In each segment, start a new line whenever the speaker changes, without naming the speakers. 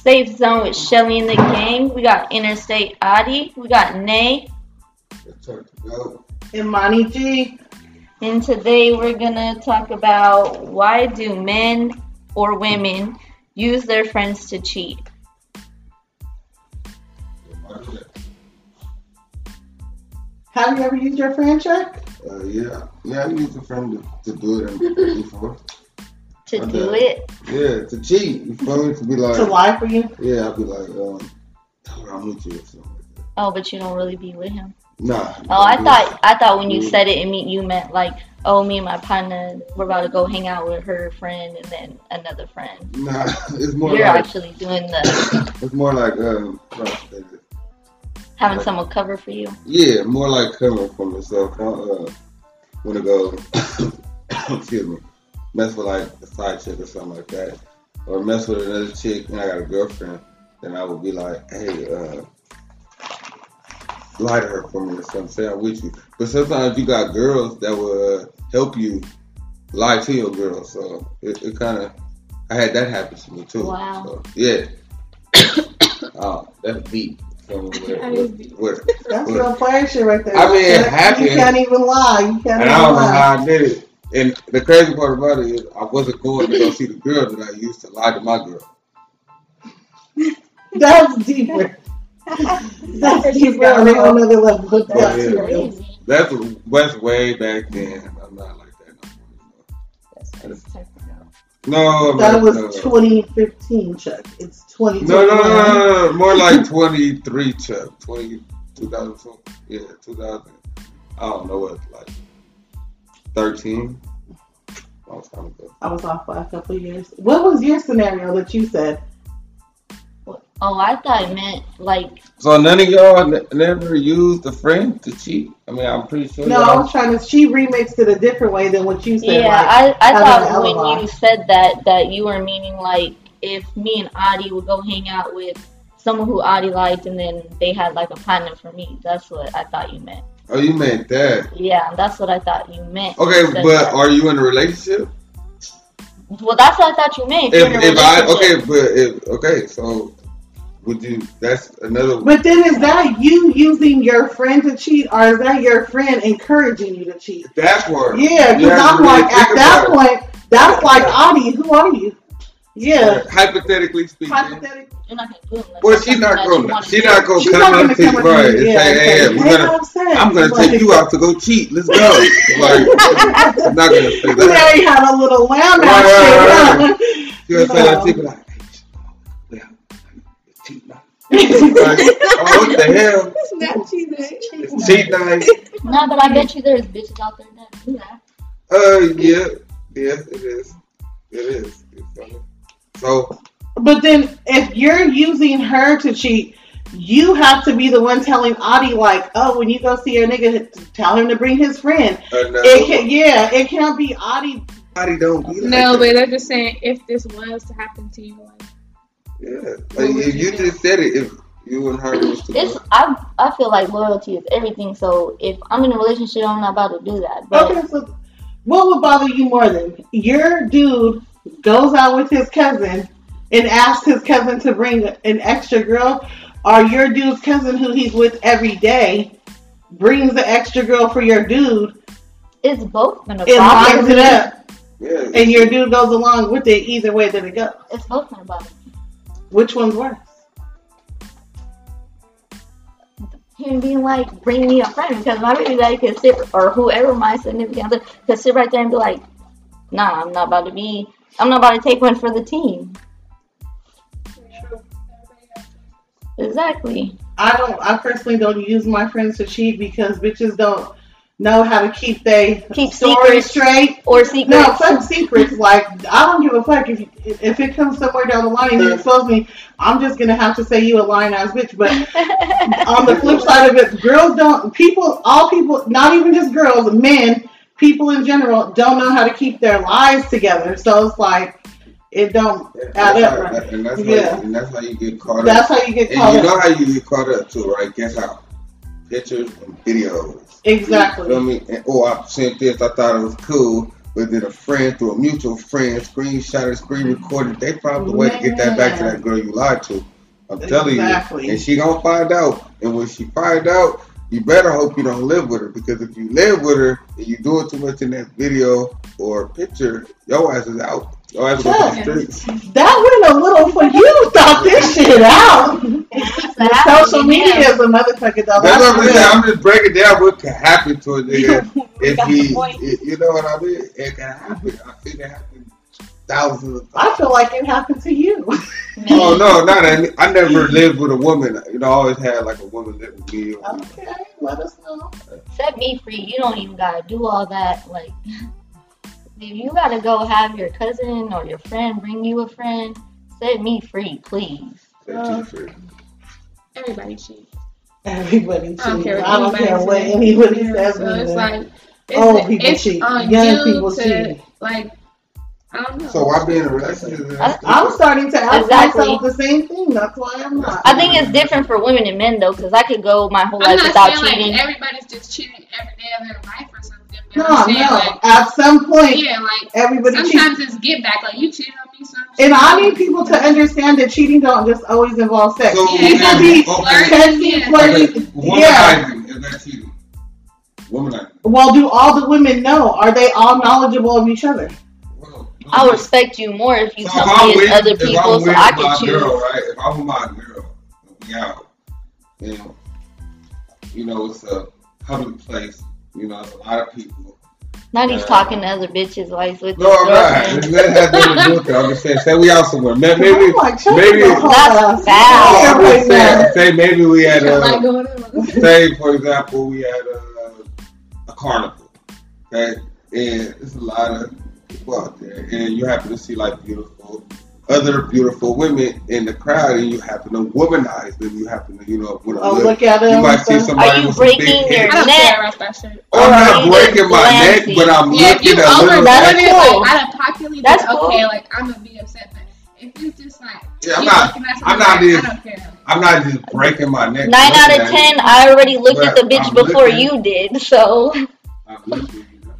Safe Zone with Shelly and the Gang. We got Interstate Adi. We got Nay.
It's time to go.
Imani G.
And today we're going to talk about why do men or women use their friends to cheat?
Have you ever used your friend check?
Uh, yeah, yeah, I used a friend to, to do it before.
To
Okay.
do it.
Yeah, to cheat. You feel me? To be like,
To lie for you?
yeah, I'd be like, um, tell her I'm with you or something. like that.
Oh, but you don't really be with him.
Nah.
Oh, I thought I thought when you
Mm.
said it, it mean you meant like, oh, me and my partner, we're about to go hang out with her friend and then another friend.
Nah, it's more
You're
like
actually doing the
it's more like um, like, uh,
having someone cover for you.
yeah, more like coming from myself. I don't, uh, want to go, excuse me, mess with like a side chick or something like that, or mess with another chick and I got a girlfriend, then I would be like, hey, uh, lie to her for me or something. Say I'm with you, but sometimes you got girls that will uh, help you lie to your girl, so it, it kind of. I had that happen to me too.
Wow.
So, yeah. oh, that's deep. So, where- where- where-
That's
Look.
real player shit right there.
I mean, it
You can't- You
happened.
can't even lie. You
And
can't even
I don't know
lie.
how I did it. And the crazy part about it is I wasn't going to go see the girl that I used to lie to my girl.
That's deeper. That's deeper on a whole nother level. But
Oh,
that's
yeah.
real.
That's that's way back then. I'm not like that no more. No,
That
man,
was
no.
2015, Chuck. It's 2021.
No, no, no, no, no, more like 23, Chuck. 20, 2004. Yeah, 2000. I don't know what, like 13? Long time ago.
I was off by a couple of years. What was your scenario that you said?
Oh, I thought it meant like
So none of y'all n- never used a friend to cheat. I mean, I'm pretty sure.
No, I
y'all-
was trying to. She remixed it a different way than what you said.
yeah.
like,
I I
having an
thought when
alibi.
you said that that you were meaning like if me and Adi would go hang out with someone who Adi liked and then they had like a partner for me. That's what I thought you meant.
Oh, you meant that.
Yeah, that's what I thought you meant. when
Okay,
you said
but
that.
are you in a relationship?
well, that's what I thought you meant. you're
If,
in a
if I
relationship.
okay, but if okay, so would you? That's another.
But then is that you using your friend to cheat, or is that your friend encouraging you to cheat?
That's where
Yeah,
You
because
have
I'm
to really
like,
think
at that
about
point, that's like, Audie, who are you? Yeah.
hypothetically speaking.
uh, Hypothetically,
You're not gonna do it unless
well,
it's
she's
something
not
that you
gonna.
wanna
She's
do.
not gonna
she's
come
not
up
gonna
to you,
come up
right?
to
And
you. Yeah,
say, "Hey, yeah, we're
okay. That's
gonna.
what I'm saying.
I'm gonna
Like,
take you out to go cheat. Let's go." Like, I'm not gonna say that.
Mary had a little lamb
Right,
out
right,
shit,
She gonna say that. She be like, "Hey, sh- yeah, cheat night." Like, oh, what the hell?
It's not cheating.
It's cheat night.
No, but I bet you there's bitches out there that do that.
Uh, yeah, yeah, it is. It is. It's, uh, So
But then if you're using her to cheat, you have to be the one telling Audie, like, oh, when you go see your nigga, tell him to bring his friend.
another
It can, yeah, it can't be Audie.
body uh, don't be like
No,
that.
but I'm just saying, if this was to happen to you, like,
yeah.
What
Like
would
if
you
you
do?
just said it, if you and her was to
It's I I feel like loyalty is everything. So if I'm in a relationship, I'm not about to do that. But
Okay, so what would bother you more than your dude goes out with his cousin and asks his cousin to bring an extra girl, or your dude's cousin who he's with every day brings the extra girl for your dude
it's both gonna
and
bother
lines
me.
it up?
yeah,
and your dude goes along with it either way that it goes.
It's both gonna bother me.
Which one's worse?
Him being like, bring me a friend because my baby daddy could sit or whoever my significant other could sit right there and be like, Nah, I'm not about to be. I'm not about to take one for the team. Exactly.
I don't. I personally don't use my friends to cheat because bitches don't know how to keep they
Keep
story
secrets.
straight.
Or secret.
No, fuck secrets. Like I don't give a fuck if if it comes somewhere down the line and you expose me. I'm just gonna have to say you a lying ass bitch. But on the flip side of it, girls don't. People, all people, not even just girls, men, people in general don't know how to keep their lives together. So it's like it don't
and
add
that's
up,
how-
right?
and that's how
Yeah.
and that's how you get caught
That's
up.
how you get
And
caught
you
up.
know how you get caught up too, right? Guess how? Pictures and videos. You
exactly.
um, feel me? And, oh, I sent this. I thought it was cool. But then a friend through a mutual friend screenshot it, screen recorded. They probably the way to get that back to that girl you lied to. I'm telling
Exactly.
you. And she gonna find out. And when she find out, you better hope you don't live with her because if you live with her and you do it too much in that video or picture, your ass is out. Your ass is going to the streets.
That went a little for you. Thought this shit out. Social media is a motherfucker though.
That's what I'm saying.
That's
I'm just breaking down what can happen to a nigga if
Got
he,
the point.
i- you know what I mean. It can happen. I think it happened thousands of
real. I
times.
feel like it happened to you.
Oh no, not that. I never lived with a woman. You know, I always had like a woman live with me.
okay, let us know.
Set me free. You don't even gotta do all that. Like, if you gotta go have your cousin or your friend bring you a friend, set me free, please.
That's too free.
Everybody cheats.
Everybody cheats.
I don't care what
I don't
anybody
care what
says.
anybody says.
So it's like it's,
Old people
it's
cheat.
on
Young
you
people
to
cheat.
like. I don't know.
So why be in a relationship?
I'm starting to ask
Exactly.
myself the same thing. That's why I'm not.
I think it's different for women and men though, because I could go my whole
I'm
life without
not saying
cheating.
like everybody's just cheating every day of their life or something. But
no,
I'm saying
no.
like
At some point,
yeah, like
everybody cheats.
sometimes it's get back. Like you cheated on me, so I'm
And I
cheating.
need people to understand that cheating don't just always involve sex.
So,
it
yeah,
can be
okay.
sexy,
Yeah.
flirty. Yeah.
Womanizing is that cheating? Womanizing.
Well, do all the women know? Are they all knowledgeable of each other?
Well, no.
I'll respect you more if you
So
tell
if I'm
me
with-
it's other
if I'm
people, so
with
I
my
can choose.
Girl, right? If I'm with my girl, we out, and you know it's a public place. You know, it's a lot of people.
Now he's talking to other bitches while he's with
No,
his
I'm not.
girlfriend.
That has nothing to do with it. I'm just saying, say we out somewhere. May- Maybe,
I'm like, shut
maybe-
the whole
That's
ass
foul.
up
I'm
right
just
now.
saying, say maybe we had uh,
Shit
a.
like going on.
say for example we had a, a carnival okay and it's a lot of people out there and you happen to see like beautiful other beautiful women in the crowd and you happen to womanize them you happen to you know when
Oh,
look,
look at
you
him.
might see
so-
somebody
Are you
with some big
breaking
head.
your-
I don't
Neck.
care about that shit.
I'm
Are
not
you
breaking my neck
glancing?
but I'm
Yeah, if
looking
you
at
overdoing
little
That's
it
cool.
like out of pocket, then
That's
okay,
cool.
like I'm gonna be upset. But if it's just like
yeah, I'm
you
not
looking at
I'm
somebody,
not this-
I don't care.
I'm not just breaking my neck
Nine out
looking
of
at
ten,
you.
I already looked at the
But
bitch
I'm
before
looking.
you did, so
I'm looking, you know.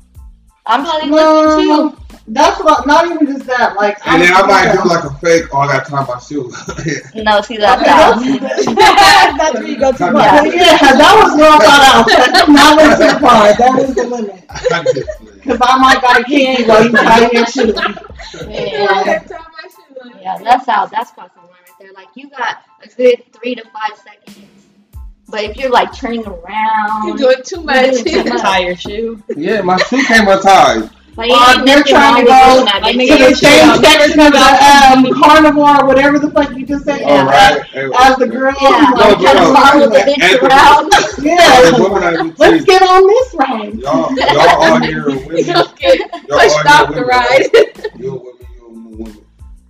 I'm probably looking too.
No, that's what, not even just that. Like,
and then I might do like a fake all that time I shoot
No, see
Okay,
that's
that's-
out.
that's where you go too far.
Yeah.
Yeah, that was well thought out. Not went too far. That was the limit.
I'm just playing.
Cause I might got a candy while you tie your shoe.
Yeah.
Every time I should, like,
Yeah, that's out. That's crossing the line right there. Like you got a good three to five seconds, but if you're like turning around,
You're doing too much.
You're doing too much.
Tie your shoe.
yeah my shoe came untied
like you
Or
ain't
you're
nothing wrong
trying to
with
go
doing that,
like,
bitch.
to the same
Yeah.
section of the um, carnivore or whatever the fuck you just said.
Yeah.
all right And-
As the girl.
Yeah,
I'm
No,
like,
but
trying to
no.
follow the
sorry,
bitch
And-
around.
but-
Hey,
Yeah.
woman, I be
Let's
teased.
get on this ride.
Y'all, y'all are here women. Y'all
Okay, pushed
are
off
here
the
women.
ride.
You're a woman, you're a woman.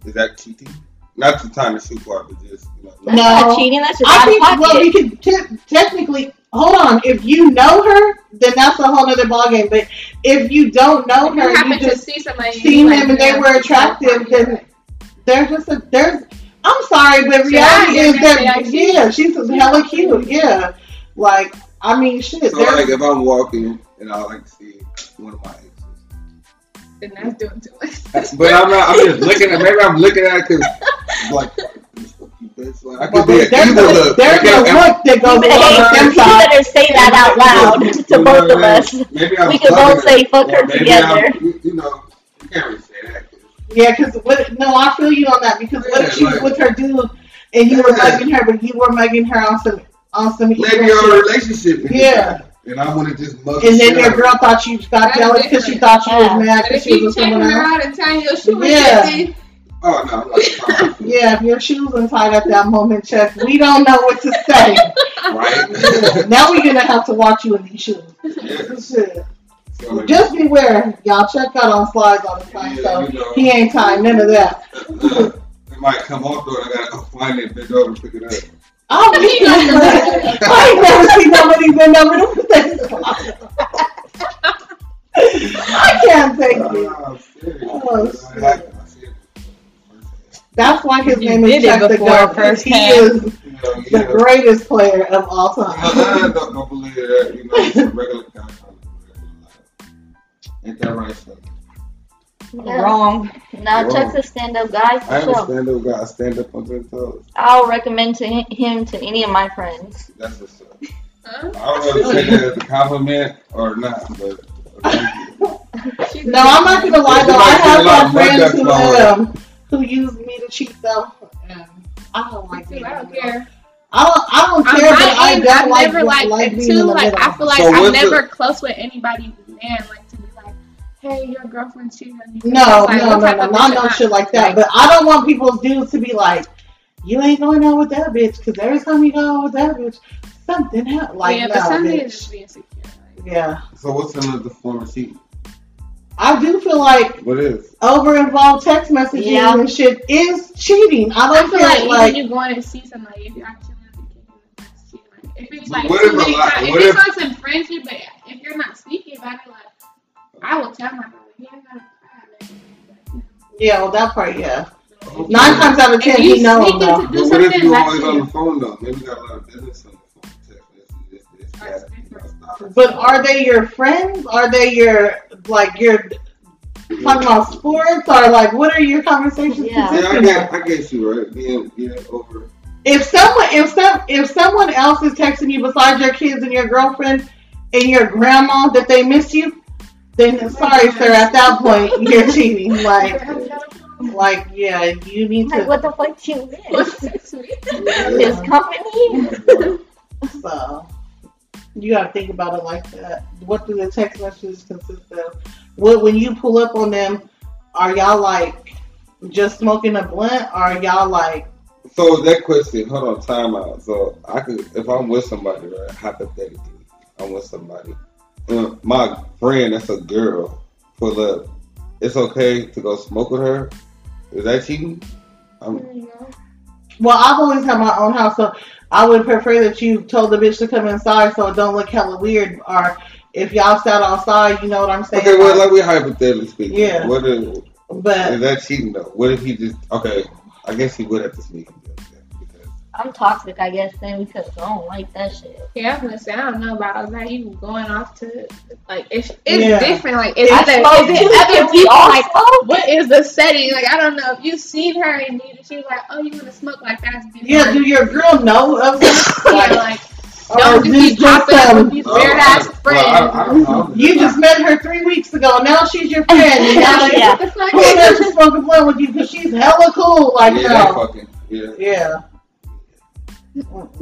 Is that cheating? Not the time to shoot part, but just, you know.
That's
like-
No.
not cheating. That's just
I
out of
think well,
pocket.
we could te- technically hold on. If you know her, then that's a whole other ballgame. But if you don't know
If
her,
you happen
you
to
just
see somebody,
seen
like,
them and they
yeah,
were attractive, then they're just a there's. I'm sorry, but
So
reality
I
is
didn't say
that
I cheated.
yeah, she's hella cute. Yeah, like I mean, shit.
So,
there's-
like, if I'm walking and I like see one of my exes,
then that's doing too much.
but I'm not. I'm just looking at. Maybe I'm looking at it because, like, this fucking bitch. Like, I
well,
could be
there's
an evil
a,
look.
there's
Like,
a
I'm-
look that goes
You better-
along with them
you
side.
better say that out loud to
You know
both
what
of
I mean?
us.
Maybe I'm
We could
fucking
both say fuck
or
her
maybe
together.
I'm- You, you know, you can't really say that. 'cause
Yeah, because what? No, I feel you on that. Because what if
Yeah,
she was
like-
with her dude and you were
Yeah.
mugging her, but you were mugging her on some on some
Maybe
evil
you're in a
shit,
relationship. and-
Yeah.
And I want to just mug.
and then
shit
your
out of
girl thought you got
That's
jealous because she
different.
thought you
Yeah.
was mad
But
because
if
she was
you
with
checking
someone else.
around and tying your shoe,
Yeah.
and
Oh no, I'm not fine.
Yeah, if your shoes untied at that moment, Chuck, we don't know what to say.
Right?
now we're gonna have to watch you in these shoes.
yeah.
Shit.
So, like,
Just beware, y'all. Chuck got on slides all the time,
yeah,
so
you know,
he ain't tying none of that.
it might come off though, and I gotta go find it, bend over, pick it up.
I don't think I ain't never- I ain't never seen nobody bend over them things. I can't take it.
Oh, I'm serious.
Oh,
It happened. I see it.
That's why his
You
name is
did it
Chuck the
before
Girl. 'cause He
firsthand.
is
You know, you
the
know,
greatest player of all
I
time.
don't, don't believe that. You know, it's a regular guy. Ain't that right, son?
Yeah.
Wrong.
Now
Wrong.
Chuck's a stand-up guy
I
for
ain't a
sure.
stand up guy. I stand up on their toes.
I'll recommend to hi- him to any of my friends.
That's what's up.
Huh?
I don't know if you take that as a compliment or not, but thank you.
She's
No, I'm not gonna lie though. I have my friends who
Like,
um who use me to cheat them. and I don't like
Too,
being
I
in
don't
the middle.
care.
I don't. I don't
I'm
care, but I
high-end,
don't
I've
like,
never like,
like
like
being in
too
the
like
middle.
I feel like
So
I'm
what's
never
the-
close with anybody man like to be like, hey, your girlfriend cheated on you.
No,
Like,
no,
what
no,
type
no,
of
not
bitch
no
am I?
shit like that. But I don't want people's dudes to be like, you ain't going out with that bitch, because every time you go out with that bitch, something happened. Like,
yeah,
no,
but some niggas
bitch.
just be insecure. Like,
Yeah.
so what's another form of cheating?
I do feel like
What is?
over involved text messages
Yeah.
and shit is cheating. I
I
don't
feel
feel
like,
like,
even you going to see somebody, if you're actually not speaking, that's cheating. Like, if it's
But
like
what
too
if
many
a lot-
times, if
what
it's
if-
like some friendship, but if you're not speaking about it, like, I will tell my brother, yeah, I'm not.
yeah, well, that part, yeah.
Okay.
Nine times out of
If
ten,
you
you know
sneak
But
them, though.
into do
what if
something
you always on the
like
phone though? Maybe you got a lot of business on the phone. Text messages, this, this, that. you know, stuff.
But are they your friends? Are they your, like, your, talking about sports? Or, like, what are your conversations
Yeah.
Yeah, I
consisting of?
get, I get you right. Being, being over.
if someone if some if someone else is texting you besides your kids and your girlfriend and your grandma that they miss you, then
Oh
sorry, sir. At that point, you're cheating. Like, like yeah, you need
Like,
to.
what the fuck you
What's
miss?
this?
This
Yeah.
company?
So you gotta think about it like that. What do the text messages consist of? What when you pull up on them, are y'all like just smoking a blunt? Or are y'all like
So that question, hold on, time out. So I could, if I'm with somebody, right, hypothetically, I'm with somebody, and my friend that's a girl pull up, it's okay to go smoke with her. Is that cheating? Um, I'm,
Well, I've always had my own house, so I would prefer that you told the bitch to come inside so it don't look hella weird. Or if y'all sat outside, you know what I'm saying.
okay, well, like we hypothetically speaking,
Yeah.
what if, is
but
that cheating though? What if he just okay? I guess he would have to sneak. and do it, because-
I'm toxic, I guess, then because I don't like that shit.
Yeah, I was gonna say I don't know about like you going off to like it's it's
Yeah.
different. Like it's
I
other,
spoke
it's
to
other
other people.
people.
Like, oh,
What is the setting? Like I don't know if you've seen her and you- she was like, oh, you want to smoke like that's different.
yeah, do your girl know of this?
yeah,
Like,
like
or
don't
is
just be
this Oh, just
popping up
um,
with these weird ass
Well, I-
friends.
I, don't know.
you just met her three weeks ago. Now she's your friend. And now
Like,
she's
Yeah.
What the fuck?
pulling up to smoke a blunt with you because she's hella cool. Like
yeah, that
no,
fucking yeah.
yeah.
like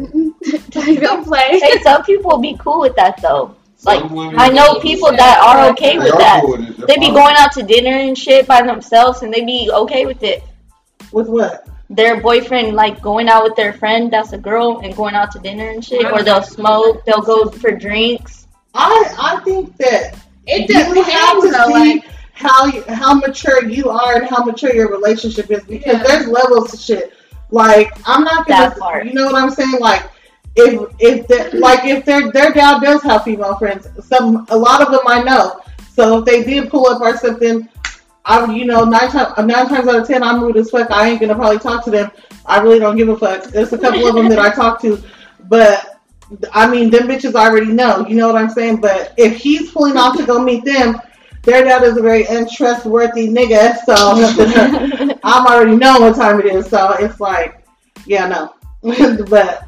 don't play.
hey, some people be cool with that though. Like,
Some women-
I know people that are okay
They
with
are
that.
cool with it. They're
They be
fine.
going out to dinner and shit by themselves, and they be okay with it.
With what?
Their boyfriend like going out with their friend that's a girl and going out to dinner and shit, or they'll smoke, they'll go for drinks.
I I think that
It
you have to
depends though.
see
Like
how you, how mature you are and how mature your relationship is because
Yeah.
there's levels to shit. Like I'm not gonna,
That part.
you know what I'm saying? Like if if the, like if their their dad does have female friends, some a lot of them I know. So if they did pull up or something, I would, you know nine times nine times out of ten I'm rude as fuck. I ain't gonna probably talk to them. I really don't give a fuck. There's a couple of them that I talk to, but I mean, them bitches already know. You know what I'm saying? But if he's pulling off to go meet them, their dad is a very untrustworthy nigga. So I'm already knowing what time it is. So it's like, yeah, no. but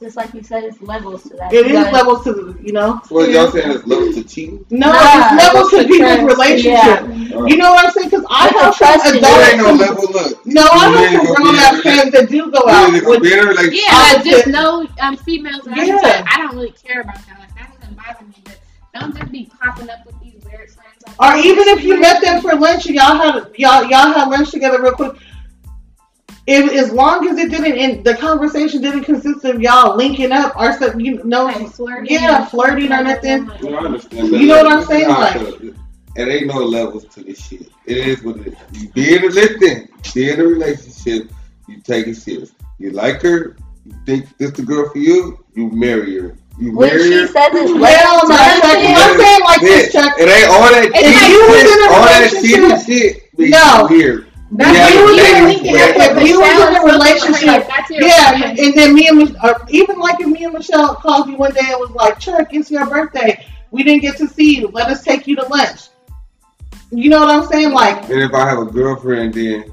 Just like you said, it's levels to that.
it
You
is
gotta-
levels to, you know?
Well, y'all saying it's love to cheating?
No,
Nah,
it's levels to
it's a
people's
trust,
relationship.
yeah.
Uh,
You know what I'm saying? Because I
It's a
have
trust in
some
you.
there
adults.
ain't no level look.
No, I
You
have
ain't
some
gonna
grown
be
ass
able to-
friends that do go
You
out
ain't gonna
with
be in a relationship.
yeah,
I
I just know um, females. Like,
Yeah.
yeah. I don't really care about that. Like that doesn't bother me. But don't just be popping up with these weird friends. Like,
Or even if you met them for lunch and y'all had y'all y'all had lunch together real quick. If, as long as it didn't, and the conversation didn't consist of y'all linking up or something, you know,
Like, flirting.
yeah, flirting or nothing.
You know, I understand that.
You know what I'm
This is
saying?
how I
Like-
feel. it ain't no levels to this shit. It is what it is. You be in a listen, be in a relationship, you take it serious. You like her, you think this the girl for you, you marry her. You
When
marry
she
her.
says it's
Well,
levels,
no,
to that
Chuck,
shit,
I'm saying like
Then,
this, Chuck.
It ain't all that
If
cheating
you was in a
shit, all that
relationship-
cheating shit be
No.
weird.
That's
Yeah,
you
yeah,
were
yeah.
linking up with. You was in a relationship.
That's your
Yeah, and then me and Mich- or even like if me and Michelle called you one day and was like, Chuck, it's your birthday. We didn't get to see you. Let us take you to lunch. You know what I'm saying? Like,
And if I have a girlfriend, then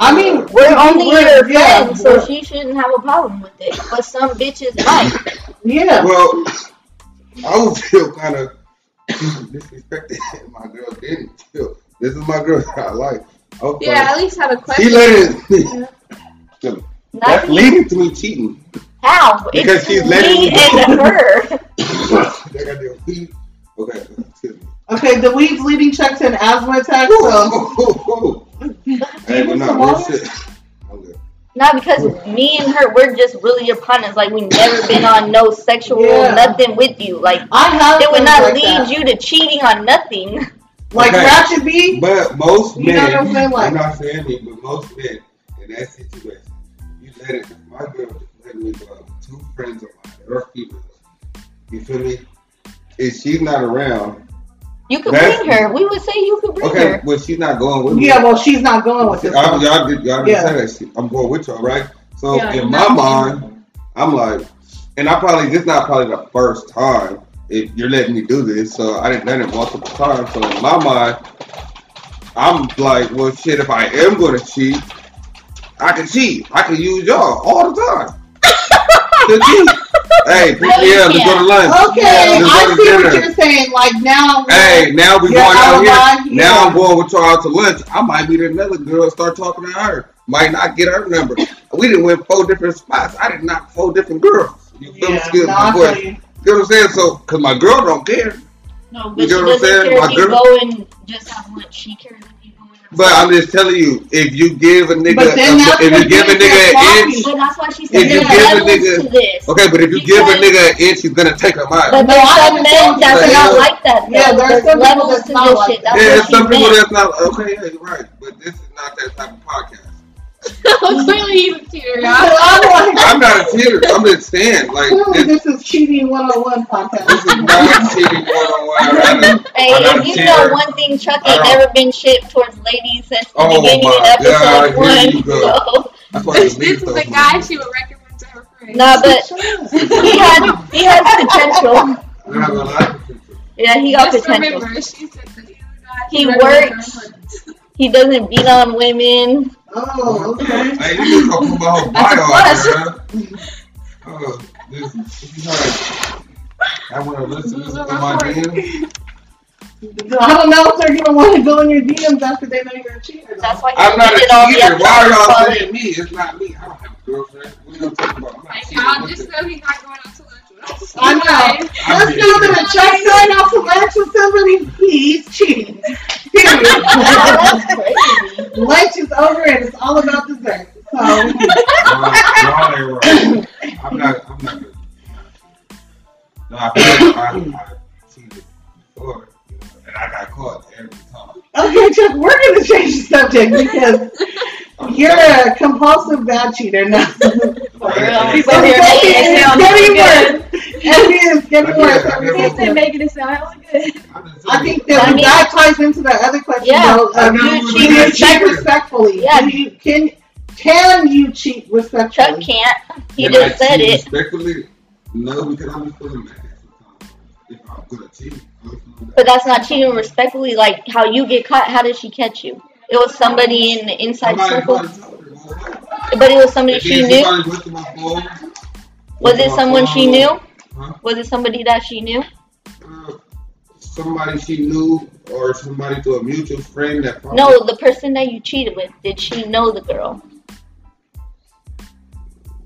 I mean,
We're
if you
only
were-
your friend,
yeah,
so she shouldn't have a problem with it. But some bitches might.
yeah.
well, I would feel kind of disrespected if my girl didn't feel. This is my girl that I like. Okay.
Yeah, at least have a
she
question.
let it.
Not
That's leading to me cheating.
how
Because
it's
she's letting
me
you go.
and her.
That goddamn weed. Okay, excuse me.
Okay, the weeds leading checks and asthma attacks. So,
Hey, but no, real shit. I'm good.
Not because me and her, we're just really your partners. Like we never been on no sexual
Yeah.
nothing with you. Like
I have.
it would
friends
not
like
lead
that.
you to cheating on nothing.
Like
Okay.
Ratchet B.
But most
You know
men,
what I'm saying? Like-
I'm not saying me, but most men in that situation, you let it. My girl just let me go out with two friends of mine, or females. You feel me? If she's not around,
You could
That's-
bring her. We would say you could bring
okay,
her.
well she's not going with me.
Yeah, well, she's not going with
See,
this.
y'all,
one.
y'all, did, y'all
Yeah.
didn't say that shit. I'm going with y'all, right? So
Yeah,
in my
not-
mind, I'm like, and I probably this not probably the first time if you're letting me do this. So I didn't let it multiple times. So in my mind, I'm like, well, shit. If I am gonna cheat, I can cheat. I can use y'all all the time. to cheat. Hey, pick
No,
me
you
up. Let's go to
can't.
lunch.
Okay,
Yeah.
I
Just
see
go to
what
dinner.
you're saying. Like now, I'm
Hey, now we
Yeah,
going
out
out
of
here.
line,
Now
yeah.
I'm going with y'all out to lunch. I might meet another girl, start talking to her. Might not get her number. We didn't win four different spots. I did not four different girls. You feel me?
yeah,
Excuse
no,
my
I
voice.
feel you.
You know what I'm saying? So, cause my girl don't care.
No, but she
You get what I'm
doesn't
saying?
care
My
if you
girl-
go and just have lunch. She cares if you go and have
But I'm just telling you, if you give a nigga,
But then that's
if you give a
completely
nigga an
sloppy.
inch,
But that's why she said
If you
there's
give a
levels
nigga-
to this.
okay. But if you give a
Because-
nigga an inch, he's gonna take a mile.
But
No,
there's some
I
men
understand
that's
what you're
not
saying.
like that.
Yeah,
though.
there's
there's,
some people
levels
that's
to
not
this
like
shit.
that.
That's what
Yeah, there's
she
some people
meant.
that's not okay. Yeah, you're right. But this is not that type of podcast.
Clearly he's a cheater,
So
y'all.
I'm like,
I'm not a cheater. I'm just saying, like,
clearly
this,
this is cheating 101
this
podcast.
is not cheating one on one.
Hey,
I'm not
if
a
you
cheater.
know one thing, Chuck
I
ain't
don't-
never been shit towards ladies since the
Oh
beginning of
my
episode
God, here you
one.
go.
So,
That's why
This
you
this
leave
is the
stuff,
guy
man.
she would recommend to her friends.
nah, but he had he has potential.
You have a lot of potential.
Yeah, he got
Just
potential.
remember, she said that he's the guy
He
she recommends to her
works.
friends.
He doesn't beat on women.
Oh, okay.
Hey, you just gonna put my whole
That's
bio
a
out there, huh? Oh, this, this is like, I want to listen to this
Lose
in
her
my
report.
DM.
I don't know if they're gonna want to go in your DMs after they know you're a cheater.
That's why he
I'm not a
deleted all the
cheater. Why are y'all
episodes.
saying me? It's not me. I don't have a girlfriend. What are you talking about? I'm not
Like,
cheating.
y'all
What
just
the-
know he's not going out to lunch with us.
I know.
I'm
Let's
cheating.
go to the check sign out to lunch with somebody. He's cheating. Period.
That's crazy.
lunch is over and it's all about dessert. So
Y'all- y'all ain't right. I'm not. I'm not. good. No, I feel like I, I cheated before, you know, and I got caught every time.
okay, Chuck, we're gonna change the subject because
I'm
you're
sorry.
a compulsive bad cheater now.
For
Right.
real.
He's
People
over
Every
here
day
making it
is
sound
getting
good.
worse. Every day is getting worse. Every day
He's
is
been
getting worse.
making it sound hella good.
I'm just
I
saying.
think that
I mean-
that ties into the other question
Yeah.
though. Of
Do
you
you
cheat
cheat?
respectfully?
Yeah.
Do you, can can you cheat
Chuck
respectfully?
can't. He
If
just
I
said
cheat
it.
Respectfully, no, because I'm just feeling mad sometimes. If I'm gonna cheat, I'm feeling
But
bad.
that's not cheating respectfully. Like how you get caught. How did she catch you? It was somebody in the inside
Somebody
circle.
probably told her, well, what?
But it was somebody
If
she
then
knew.
somebody went to my phone,
Was it someone she knew?
Huh?
Was it somebody that she knew?
Uh, somebody she knew, or somebody through a mutual friend that probably
No, the person that you cheated with. Did she know the girl?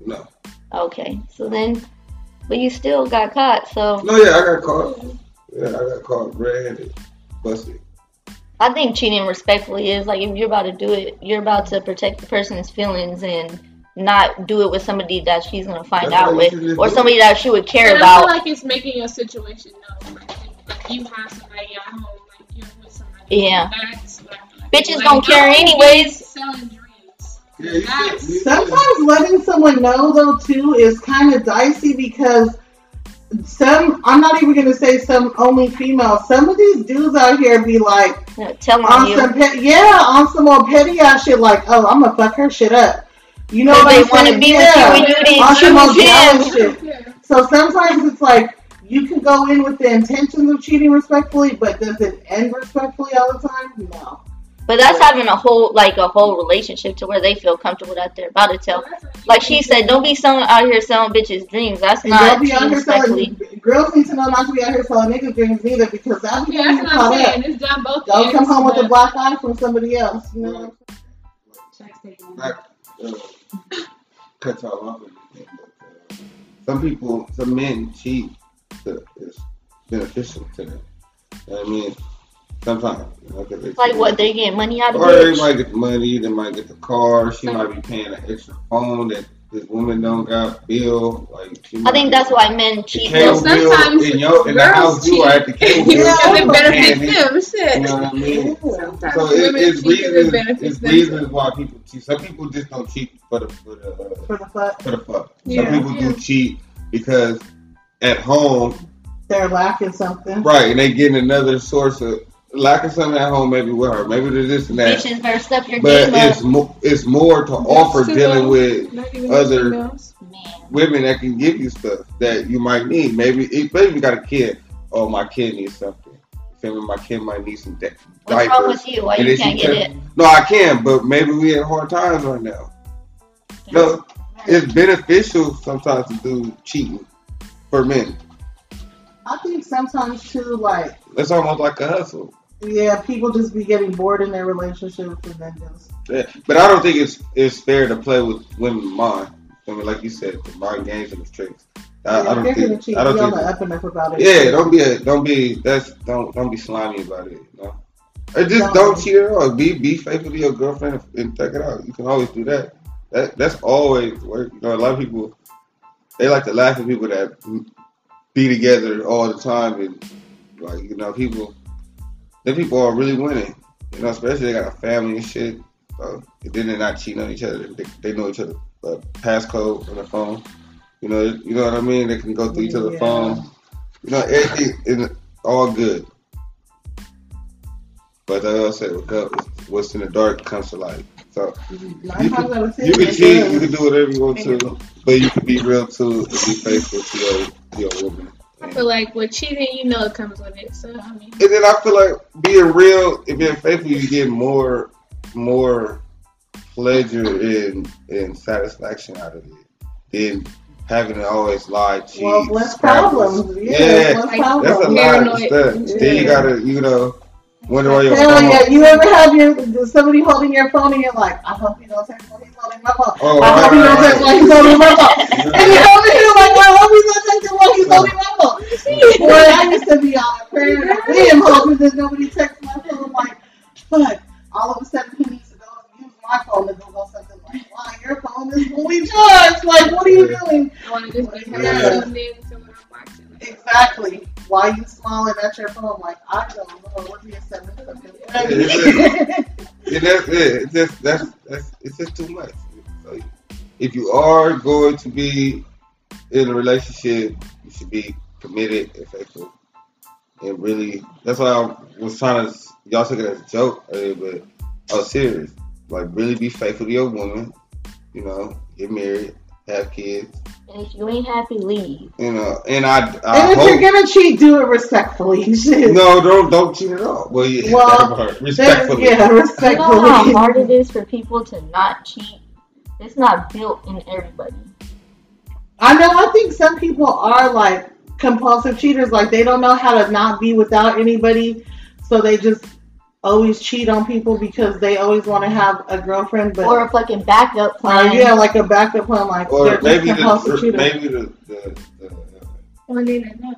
no,
Okay, so then, but you still got caught. So
no, yeah, I got caught. Yeah, I got caught red-handed, busted.
I think cheating respectfully is like if you're about to do it, you're about to protect the person's feelings and not do it with somebody that she's gonna find
That's
out
what you
with
should just
or
do.
somebody that she would care
And I feel
about.
like it's making your situation known. Like, if- like you have somebody at home, like you're with somebody.
Yeah.
That's what I feel like.
Bitches
Like,
don't care
y'all
anyways.
Selling dreams.
Yeah, you said- you said-
Sometimes letting someone know though too is kind of dicey because some I'm not even gonna say some only female. Some of these dudes out here be like
You know, Tell on
on
you
some pet, yeah, on some old petty ass shit. Like, oh, I'm gonna fuck her shit up. You know
because
what
they
I'm
want to
saying?
be
yeah.
with you and you
on some
didn't
old
choose him.
jealous shit. So sometimes it's like you can go in with the intentions of cheating respectfully, but does it end respectfully all the time? No.
But that's having a whole like a whole relationship to where they feel comfortable that they're about to tell. Like she said, don't be selling out here selling bitches dreams. That's
And
not
don't be out
cheating
here
respectfully.
selling. Girls need to know not to be out here selling niggas dreams either, because that's
Yeah, that's what I'm saying.
that.
It's done both
Don't
ends,
come home with a
but-
black eye from somebody else. You know.
Check statement.
uh, cuts all off everything. But, uh, some people, some men cheat to, it's beneficial to them. You know what I mean, sometimes. You know, 'cause they
Like
cheat.
what they get money out of
Or they
it.
might get the money, they might get the car, she might be paying an extra phone that this woman don't got bill. Like she
I
might
think
be-
that's why men
The
cheat.
cable
most.
Well,
bill
sometimes
in your in the
girls
house you
cheat.
are at the cable bill.
because it
you paying it,
benefits them.
You
Shit.
know what I mean?
Sometimes
So it,
women
it's
cheat 'cause it
reasons.
benefits
It's
them.
reasons why people cheat. Some people just don't cheat for the for the uh,
For the fuck,
for the fuck.
Yeah.
Some people
Yeah.
do cheat because at home,
they're lacking something.
right, and they getting another source of lacking something at home. Maybe with her, maybe there's this and that.
Bitches better step your
But
game up.
it's mo- it's more to offer
two
dealing
of-
with
Not even
other-
females.
Man.
women that can give you stuff that you might need. Maybe if maybe you got a kid, oh my kid needs something. Feel me? My kid might need some di-
What's wrong
diapers.
with you? Why
And
you
if she
can't get it?
No, I can, but maybe we in hard times right now. No, it's beneficial sometimes to do cheating for men.
I think sometimes too, like
It's almost like a hustle.
yeah, people just be getting bored in their relationships and then just
Yeah. But I don't think it's it's fair to play with women's mind. I mean, like you said, the mind games and the tricks. I, I
they're
don't
gonna
think.
cheat.
I
we
don't
all
think.
are up enough about it.
Yeah, don't be a don't be that's don't don't be slimy about it. You know? Or just
No.
don't cheat at all. Be be faithful to your girlfriend and check it out. You can always do that. That that's always work. You know, a lot of people they like to laugh at people that be together all the time and like you know people. The people are really winning. You know, especially they got a family and shit. So and then they're not cheating on each other. They, they know each other uh, passcode on the phone. You know, you know what I mean. They can go through each other's
Yeah.
phone. You know, everything is all good. But like I said, what comes- what's in the dark comes to light. So
Mm-hmm. Nine times out of ten,
you can
it
cheat, you
does.
can do whatever you want to, but you can be real too and be faithful to your, to your woman.
I
And
feel like with cheating, you know it comes with it. So I mean,
then I feel like being real and being faithful, you get more more pleasure and and satisfaction out of it than having to always lie, cheat,
Well, less
scrabble.
problems. Yeah,
Yeah,
less
Like,
That's a
problems.
lot of
Paranoid.
stuff. Then you
Yeah.
gotta, you know, wonder why your
Hell
phone.
yeah! You ever have your somebody holding your phone and you're like, I hope you don't text while he's holding my phone.
Oh,
I hope
right,
you don't
right,
text while he's holding my phone. And you're over here like, I hope he's not texting while he's holding my phone. Boy, I used to be on a prayer and I am hoping that nobody texts my phone. I'm like, fuck. All of a sudden he needs to go use my phone to go on something like, wow, your phone is fully charged. Like, what are you doing?
I want to just be kind
Yeah.
of tuned in to what I'm watching.
Exactly. Why you smiling at your phone? Like, I don't know. What are you
Yeah.
saying?
Yeah, that's it. It's just that's that's it's just too much. So if you are going to be in a relationship, you should be committed and faithful. And really, that's why I was trying to. Y'all took it as a joke, earlier, but I was serious. Like, really be faithful to your woman. You know, get married, have kids.
And if you ain't happy, leave.
You know, and I, I
And if
hope.
you're gonna cheat, do it respectfully. Shit.
Uh, No, don't don't cheat at all. Well, yeah,
Well,
that part. respectfully.
Yeah,
You know how hard it
respectfully.
is for people to not cheat. It's not built in everybody.
I know. I think some people are like compulsive cheaters. Like they don't know how to not be without anybody, so they just always cheat on people because they always want to have a girlfriend. But
Or a fucking
Oh,
backup
or,
plan.
yeah, like a backup plan. Like
Or
they're just
maybe
compulsive
the
cheaters.
maybe the the, the
One day at a time.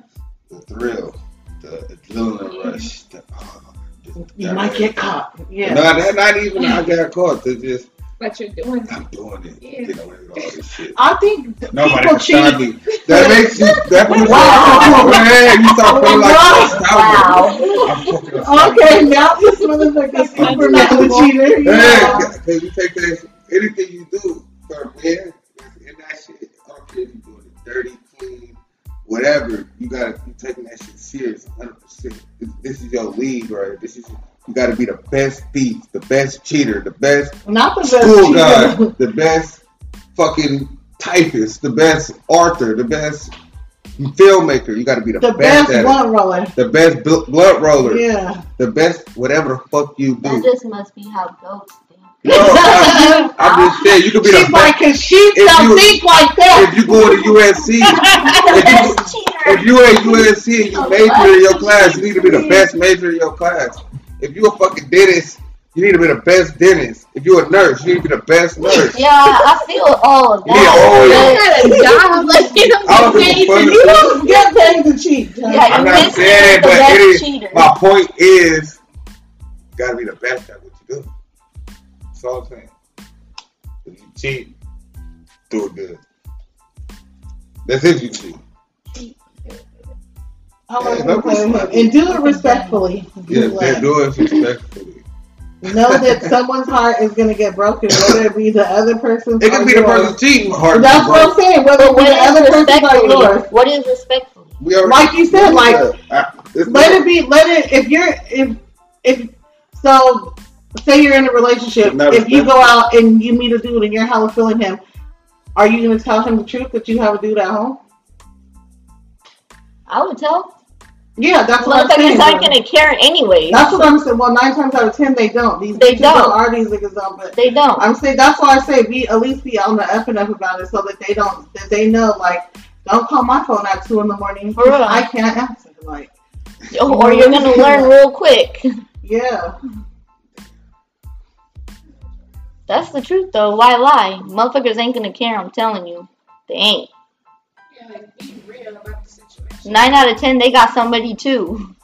the thrill, the adrenaline rush. The, oh, just-
you might get caught. Yeah.
No, not, not even I got caught. They just
But you're doing
I'm doing it.
Yeah.
Get away with all this shit.
I think th-
Nobody
Uh, people
can
cheat.
stop me. That makes you. That makes you.
Wow. Oh
Man, you start feeling like
Wow.
wow. I'm fucking astounded.
Okay, now this motherfucker's super mad cheater. you know?
Man, because you take that anything you do for a man, that's in that shit, I don't care if you're doing it dirty, clean, whatever. You gotta you taking that shit serious, 100. percent This is your league, right? This is you gotta be the best thief, the best cheater, the best
Not the best
school
cheater.
guy, the best fucking typist, the best author, the best filmmaker. You got to be the,
The
best,
best
at
blunt roller.
it. The best bl- blood roller.
Yeah.
The best whatever the fuck you
That
do.
just must be how goats think.
No, I, am just saying you could be
She's
the best.
like, cause she
If
don't
you-
think like that.
If you go to USC,
I'm the
If you-
best cheater.
if you ain't USC and you major in your class, you need to be the best major in your class. If you a fucking dentist, you need to be the best dentist. If you a nurse, you need to be the best nurse.
Yeah, I feel all of
You need all your-
that.
You got a job, like, you know
I
what I'm
don't give a
saying?
fuck.
You don't get paid to cheat.
But,
John.
yeah,
I'm
you
not
miss
saying,
the
but
best
it is-
cheater.
My point is, you gotta be the best at what you do. That's all I'm saying. If you cheat, do it good. That's if you cheat.
I'm
Yeah,
not
no
gonna play with him.
respect.
And do it respectfully.
Yeah,
Like,
do it respectfully.
know that someone's heart is gonna get broken, whether it be the other person's
It could
or
be the
yours.
person cheating hard.
That's what I'm saying. Whether
But
it be
what
the
is
other person's or yours.
respectfully? What is respectfully?
We already-
Like you said, like,
I- it's not-
Let it be. Let it. If you're if if so, say you're in a relationship.
Not
if you
respectful.
go out and you meet a dude and you're hella feeling him, are you gonna tell him the truth that you have a dude at home?
I would tell.
Yeah, that's what I'm
Motherfuckers
saying.
aren't gonna care anyway.
That's what I'm saying. Well, nine times out of ten, they don't. These
They
bitches
don't.
Are these niggas don't? But
They don't.
I'm saying that's why I say be at least be on the up and up about it so that they don't that they know like don't call my phone at two in the morning.
For real.
I can't answer. Like
or you're gonna learn real quick.
yeah,
That's the truth though. Why lie? Motherfuckers ain't gonna care. I'm telling you, they ain't.
Yeah, like, be real about the situation.
Nine out of ten, they got somebody too.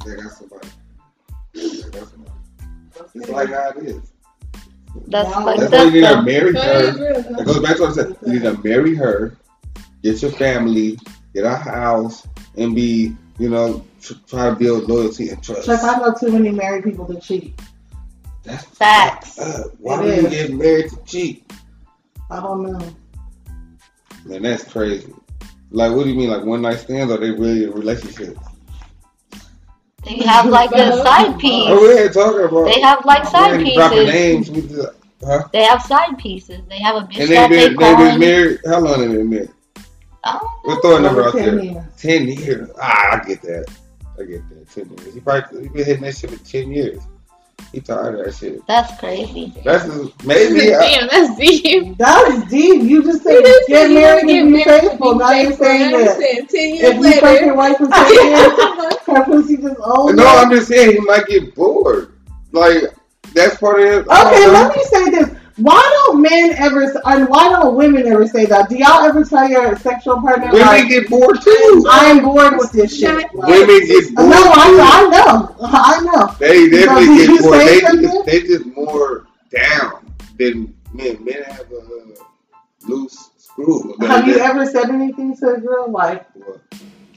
Everybody got somebody. They got somebody. They got somebody. It's like how it is.
That's
Wow.
fucked up.
That's why you need to
though.
marry her.
Be real, though.
It goes back to what I said. You need to marry her, get your family, get a house, and be, you know, tr- try to build loyalty and trust.
Chuck, I know too many married people that cheat.
That's
Facts.
fucked up. Why
It
do you
is.
get married to cheat?
I don't know.
Man, that's crazy. Like, what do you mean? Like, one night stands? Are they really in a relationship?
They have like a side
Oh,
piece.
we ain't talking about.
They have like side
we ain't dropping
pieces.
names. We just, huh?
They have side pieces. They have a bitch
And
that
they've
they
been,
call.
they've been
in-
married. How long have they been married?
I don't know.
Let's throw a number
Over
out
10
there.
years.
Ten years. Ah, I get that. I get that. Ten years. He probably he been hitting that shit for ten years. He tired of that shit.
That's crazy.
That's just, maybe. I,
Damn, that's deep.
That is deep. You just said get married and be faithful. Now you're saying that
Ten
if you fuck your wife for ten years, her pussy just old.
no, I'm just saying he might get bored. Like that's part of it. I
Okay,
don't know.
let me say this. Why don't men ever, and why don't women ever say that? Do y'all ever tell your sexual partner,
Women
like,
get bored too.
I am bored with this shit? Like,
Women get
no,
bored.
I, I know. I know.
too. They
Did
definitely
you
get bored.
say
They
something?
just, they just more down than men. Men have a uh, loose screw.
Have you ever said anything to a girl? Like,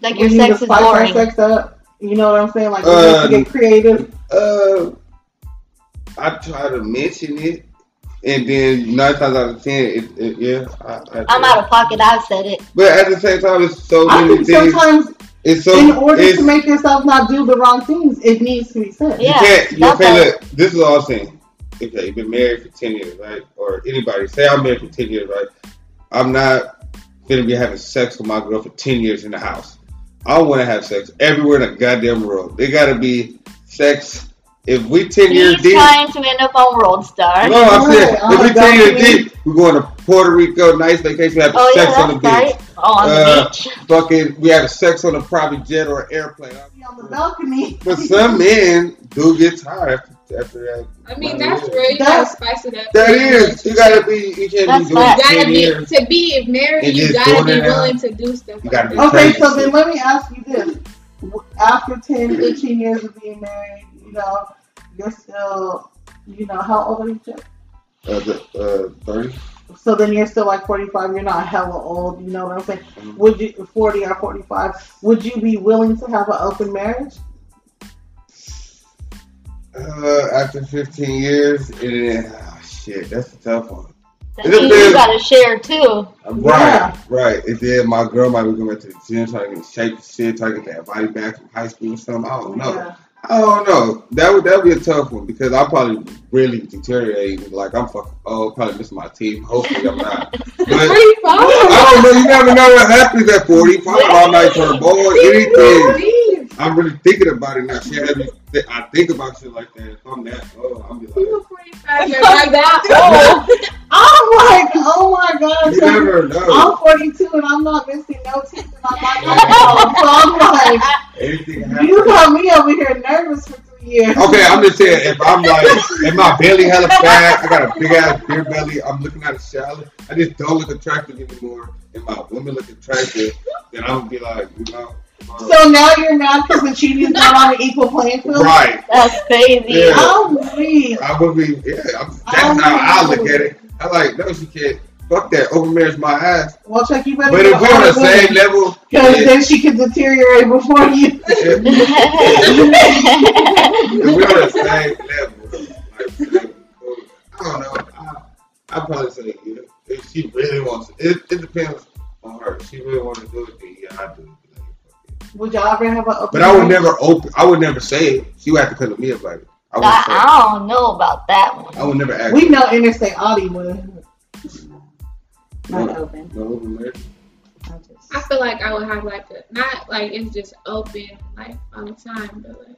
Like
we
your
need to
sex is
spice our
boring.
sex up? You know what I'm saying? Like, we need to
Um,
get creative.
Uh, I try to mention it, and then nine times out of ten, it, it, yeah, I, I,
I'm out of pocket. I've said it.
But at the same time, it's so
I
many
think
things.
sometimes,
It's so
in order
it's,
to make yourself not do the wrong things, it needs to be said.
you
Yeah,
can't. You
that's
okay,
all.
look, this is all I'm saying. Okay, you've been married for ten years, right? Or anybody say I'm married for ten years, right? I'm not gonna be having sex with my girl for ten years in the house. I want to have sex everywhere in the goddamn world. It gotta be sex. If we ten years
He's
deep,
trying to end up on World Star.
No, I'm
Alright,
saying
Oh,
if we take
alright,
it
Dominique.
deep, we're going to Puerto Rico, nice vacation, having
Oh yeah,
sex on the
that's
beach.
right. Oh, on
Uh,
the beach.
Fucking, we have sex on a private jet or airplane.
On the balcony.
But some men do get tired after, after that.
I mean, that's real. You gotta
That's-
spice it up.
That is, you gotta be, you can't
That's
be doing
facts.
it
You
10
gotta be
years.
to be married.
And
you
just
gotta
doing
be
it now.
willing to do stuff.
You gotta be
like
Okay,
Crazy
so then
shit.
let me ask you this. After 10, 15 years of being married, you know, you're still, you know, how old are you? Chip?
Uh, the, uh, 30?
So then you're still like 45, you're not hella old, you know what I'm saying?
Mhm.
Would you, 40 or 45, would you be willing to have an open marriage?
Uh, after 15 years, and then, ah, shit, that's a tough one.
That
it
means
depends.
you gotta share too.
Right, right. And then my girl might be going back to the gym, trying to get in shape and shit, trying to get that body back from high school or something. I don't know.
Yeah.
I don't know. Oh, That would that would be a tough one because I probably really deteriorate. Like I'm fucking oh, probably miss my teeth. Hopefully I'm not. But
Pretty
I don't know. You never know what happens at 45. I might turn bald. Anything.
Please.
I'm really thinking about it now. Shit, every, I think about shit like that. If I'm that old, I'm be like,
People 45 years like that.
Oh,
I'm like, oh my god,
you
so
never know.
I'm 42 and I'm not missing no teeth in my life. So I'm
Anything
like, you
happens.
got me over here nervous for three years.
Okay, I'm just saying, if I'm like, if my belly hella fat, I got a big ass beer belly, I'm looking at a salad, I just don't look attractive anymore, and my women look attractive, then I'm gonna be like, you know, uh,
So now you're mad because the cheating's not on an equal playing field.
right.
that's crazy.
Yeah.
Oh, wait.
I would be, yeah, I'm, that's
Oh,
how I look at it. I like, no, she can't. Fuck that, overmarriage my ass.
Well, Chuck, you better
But if we're on the same level,
Because
yeah.
then she could deteriorate before you.
if
yeah,
If we're on the same level, like, same level, I don't know. I I probably say yeah, if she really wants to, it, it depends on her. If she really wants to do it, then yeah, I do. it. Like, fuck it.
Would y'all ever have an open
But I would
marriage?
never open. I would never say it. She would have to come to me about it. I would say.
I don't know about that one.
I would never ask.
We know Interstate Audi would. Not
No,
open.
no, man.
I just-
I feel like I would have like a, not like it's just open like all the time, but like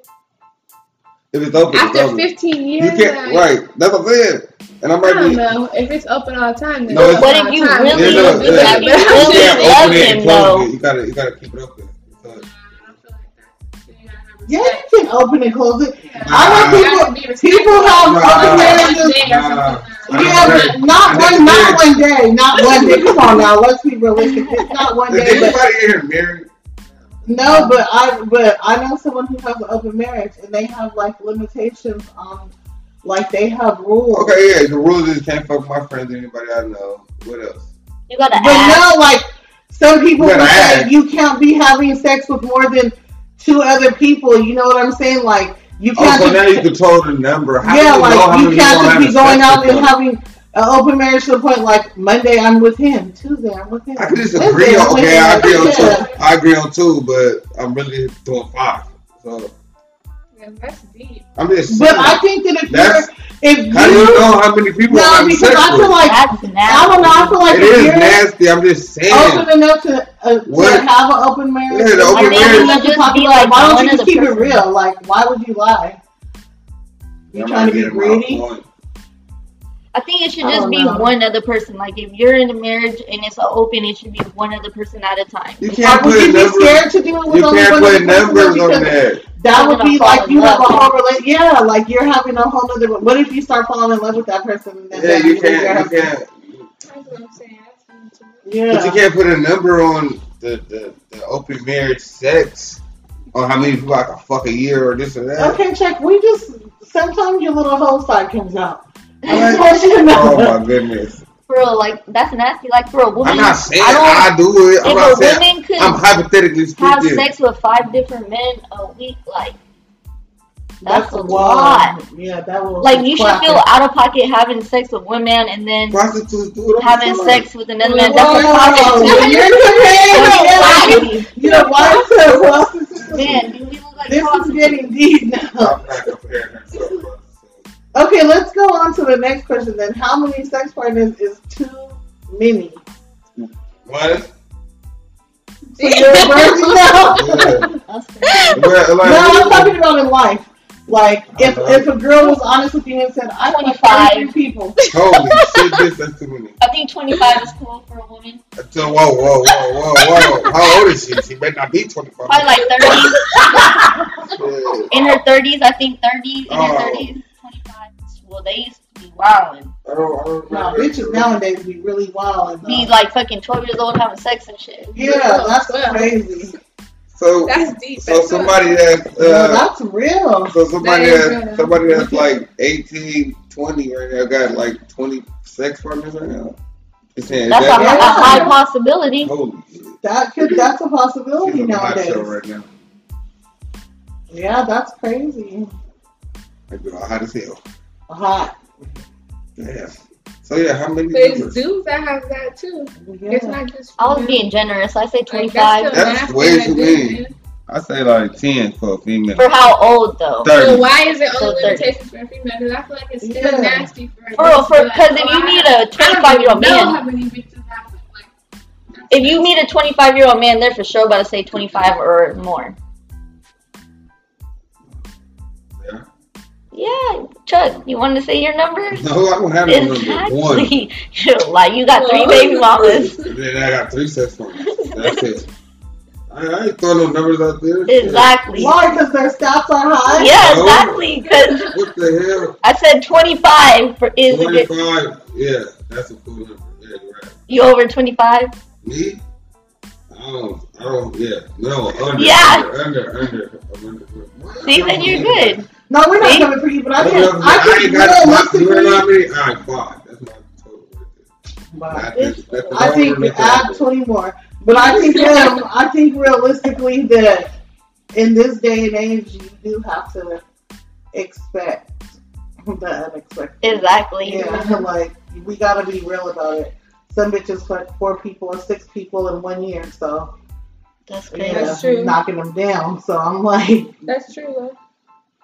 if it's open, it's
after
open.
15 years,
you can't.
like,
Right. That's what I'm saying. And I
I
might
don't
be.
know if it's open all the time. Then
No,
it's
it's-
What if
open
you
all the time.
really,
Yeah, no,
you
yeah.
if you
You can't
really love
open it and
him
close
though?
it. You gotta, you gotta keep it open. Because-
I don't feel like that. So you gotta have
Yeah,
respect.
you can open and close it.
Yeah.
I
You
know
gotta
people.
be respectful.
People have
Nah.
open marriages.
Nah.
Nah.
Yeah, but not one, not one day, not one day. Come on now, let's be realistic. It's not one
Is
day, but
anybody in here married?
No, but I but I know someone who has an open marriage and they have like limitations on like they have rules.
Okay, yeah, the rules is can't fuck my friends or anybody I know. What else?
You gotta
But
ask.
no, like some people
You
would
gotta
say
ask.
you can't be having sex with more than two other people, you know what I'm saying? Like you
Oh,
can't
so now
just,
you control the number. How
Yeah,
do you know how
like you
many
can't
wanna
just be
have
going
sex
out
with
and
them?
having an open marriage to the point like Monday I'm with him, Tuesday I'm with him.
I could just
Wednesday,
agree
I'm
on
with
okay,
him.
I agree on
Yeah.
two. I agree on two, but I'm really doing five. So
Yeah, that's deep.
I'm just
But
saying.
I think that if
That's-
you're if
how do you
you
know how many people
no,
I'm having
because
sex
I feel
with?
like
That's nasty.
I don't know. I feel like
It is
if you're
nasty, I'm just saying.
open enough to, uh,
What?
to have an open marriage,
Yeah, the
like,
open
I think
marriage.
that's
Just
what
be
people are like,
like
why
one
don't
of
you just
the
keep it
person.
real? Like, why would you lie? You
That might
trying to be
my
greedy?
point.
I think it should
I
just
don't
be
know.
one other person. Like if you're in a marriage and it's open, it should be one other person at a time.
You
Or
can't
would
put
you be
numbers.
scared to do it with
You
only
can't
one other
put
person
numbers on
because
that.
That would
You're gonna
be
fall
like
in
you have a
love.
whole relationship. Yeah, like you're having a whole other. What if you start falling in love with that person? And then
Yeah,
that
you
is your
can't. You
husband?
can't.
That's what I'm saying. That's too much.
But you
Yeah.
can't put a number on the, the, the open marriage sex or how many people I can fuck a year or this or that.
Okay, check. We just sometimes your little whole side comes out. I just
What?
want you to know.
Oh my goodness.
For real, like that's nasty. Like for a woman,
I'm not saying
I don't-
I, do it. I'm not
if a
saying
woman could
I'm hypothetically
have
speaking.
sex with five different men a week, like that's a
lot.
lot.
Yeah, that will.
Like you should
clap.
feel out of pocket having sex with one man and then
Prostitutes do it. all
having
the time.
sex with another man.
Whoa,
That's a
whoa,
prostitute.
whoa,
That's a
You're comparing.
prostitute.
You know why? so, well,
Man, do we look like
This is
prostitutes?
getting deep now.
I'm not comparing her to a prostitute.
Okay, let's go on to the next question then. How many sex partners is too many?
What?
So you're a virgin now?
Yeah.
That's crazy.
Well,
No,
like,
I'm talking about in life. Like, if,
Uh-huh.
if a girl was honest with you and said, I want
Twenty-five.
five people.
holy shit, this that's too many.
I think 25 is cool for a woman.
So whoa, whoa, whoa, whoa, whoa. How old is she? She better not be 25.
Probably like 30.
Yeah.
In her 30s, I think 30. In
Oh.
her 30s, 25. Well, they used to be wild and
I don't, I don't
No,
remember.
bitches nowadays be really wild.
be
And, uh,
like fucking 12 years old having sex and shit.
yeah, that's
Well.
crazy.
So,
That's deep.
so
That's
somebody that
No,
uh,
that's real.
So somebody
That is
that,
good, huh?
somebody that's like 18, 20 right now got like 20 sex partners right now. Just saying,
That's a,
that,
a
Yeah.
high possibility.
holy shit. She's
That could, that's a possibility
on a live
nowadays.
show right now.
Yeah, that's crazy.
I go hot as hell.
Hot.
Damn. So yeah, how many
There's
numbers?
dudes that have that too. It's
Yeah.
not just.
I was
women.
being generous. I say
Like, that's
25.
the
That's
last
way
thing
too
I did,
many.
man.
I say like 10 for a female.
For how old though?
So
30.
why is it
So
only
30.
limitations for a female? Because I feel like it's still
Yeah.
nasty for a
For
girl
real,
to
for
be like,
because if
oh,
you
I-
meet a
I don't
25 year old
even know
man,
how many bitches I would like. That's
if you meet a 25 year old man, they're for sure about to say 25 or more.
Yeah.
Yeah, Chuck, you want to say your number?
No, I don't have no number one.
Exactly. You're like you got three
Well,
baby mamas.
Then I got three sex phones. That's it. I, I ain't throwing no numbers out there.
Exactly. Yeah,
Why? Because their stats are high.
No.
exactly. Because
What the
I said 25 for
hell?
is a good.
25. Yeah, that's a cool number. Yeah, you're right.
You over 25?
Me? I don't, I don't, yeah. No, under.
Yeah.
Under, under, under. I'm under. What?
See, then you're good.
No, we're not
See?
coming for you, but I
No,
can.
no,
I
I
can
ain't got you know
realistically.
what I mean? All right, five. That's my total. right there.
Wow.
Not that- that's the
I think
number
we
that
add twenty more, but I think um, I think realistically that in this day and age, you do have to expect the unexpected.
Exactly.
Yeah, like we gotta be real about it. Some bitches fuck four people or six people in one year, so
That's
yeah,
crazy.
That's true.
knocking them down. So I'm like,
That's true. though.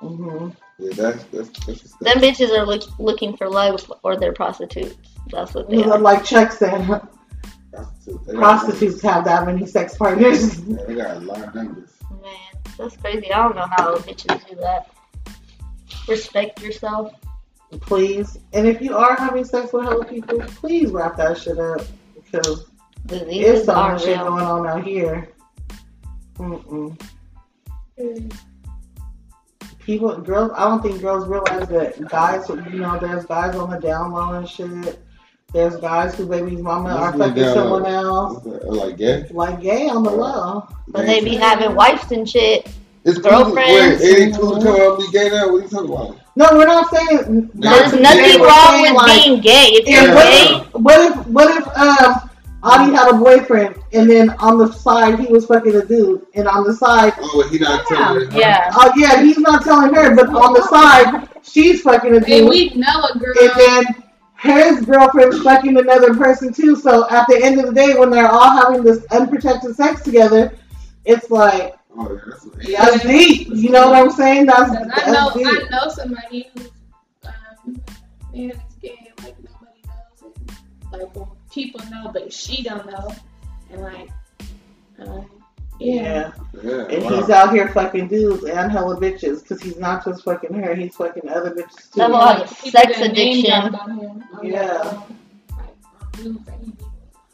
Mm-hmm.
hmm
Yeah, that's, that's, that's just
Them bitches are look, looking for love or they're prostitutes. That's what they are.
like Chuck said,
prostitute. They got
prostitutes have that many sex partners.
numbers. Yeah, They got a lot of numbers.
Man, that's crazy. I don't know how bitches do that. Respect yourself.
please. And if you are having sex with other people, please wrap that shit up because there's
Diseases
some
are
shit
real.
going on out here. Mm-mm. People, girls, I don't think girls realize that guys, you know, there's guys on the down low and shit. There's guys who baby's mama
What's the
are fucking
down
someone
low?
else,
What's that? Like gay?
like gay on the low.
But they be having wives and shit.
It's
girlfriends.
Wait, ain't cool to call me gay now? What are you talking about?
No, we're not saying.
There's
Not
nothing
gay.
wrong
We're
with
saying,
being gay. If
And
you're
Yeah.
gay,
what if, what if, what if, um, Adi had a boyfriend and then on the side he was fucking a dude and on the side,
Oh, he not telling me.
yeah.
oh yeah, he's not telling her, but on the side she's fucking a dude.
And we know a girl.
and then his girlfriend's fucking another person too. So at the end of the day, when they're all having this unprotected sex together, it's like
Oh, yeah, that's what
Yeah.
that's deep. You know what I'm saying? That's,
Because I know,
that's
I
deep.
know somebody who's um, man is gay, like nobody knows, and like well, people know, but she don't know, and like, um, yeah,
Yeah,
Yeah,
and
wow.
he's out here fucking dudes and hella bitches because he's not just fucking her; he's fucking other bitches too.
Some of
Like,
Sex
people that name
addiction.
drop on him, on
Yeah.
their own, like, on news that he did.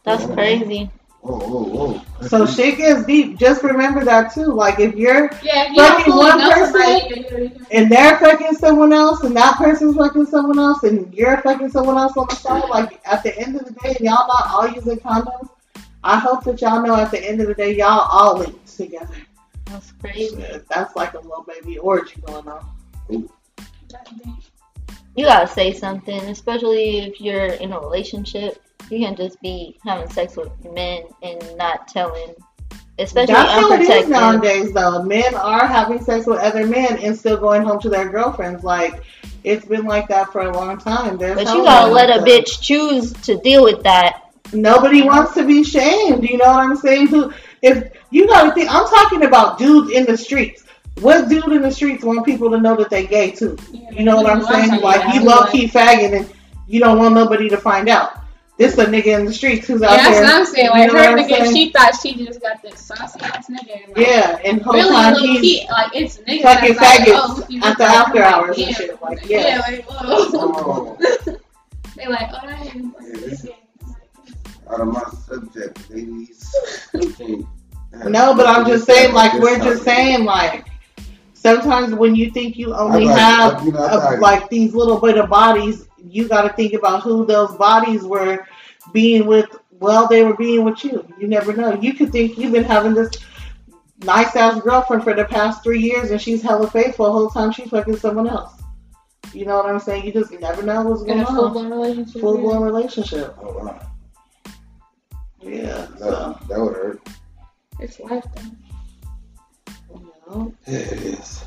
That's
Yeah.
crazy.
Whoa, whoa, whoa.
So shit gets deep. Just remember that too. Like if you're
Yeah, if you
Fucking
don't
one
fully know
person-
somebody, then you-
and they're fucking someone else and that person's fucking someone else and you're fucking someone else on the side, like at the end of the day y'all not all using condoms. I hope that y'all know at the end of the day y'all all linked together.
That's crazy.
That's like a little baby orgy going on.
that's deep.
You gotta say something, especially if you're in a relationship. You can't just be having sex with men and not telling, especially
That's how it is
unprotected.
nowadays though. Men are having sex with other men and still going home to their girlfriends. Like it's been like that for a long time. There's
But
no
you gotta
one
let a
out there.
bitch choose to deal with that.
Nobody wants to be shamed. You know what I'm saying? Who, if you gotta think, I'm talking about dudes in the streets. What dude in the streets want people to know that they gay too? You know what I'm saying? Like you low key fagging and you don't want nobody to find out. This a nigga in the streets who's out
Yeah, that's
there.
what I'm saying.
You
Like
know what I'm
her nigga,
saying?
she thought she just got this saucy ass nigga. and, Like,
yeah, and whole
really
time
low
he's
key, like it's niggas
fucking
that's like,
faggots
oh, you
at
look
the
like-
after hours
yeah.
and shit. Like
Yeah,
yeah.
like whoa.
Oh,
they like, oh, that ain't working.
out of my subject, ladies.
No, but I'm just saying, like we're just saying, like sometimes when you think you only
I like-
have
you know, I
of
like-
like these little bit of bodies, you got to think about who those bodies were being with. Well, they were being with you. You never know. You could think you've been having this nice ass girlfriend for the past three years, and she's hella faithful. The whole time she's fucking someone else. You know what I'm saying? You just never know what's
In
going
a full
on.
blown relationship.
Full blown relationship.
Oh, wow.
Yeah. So.
That, that would hurt.
It's life. though.
You know.
Yeah, it is.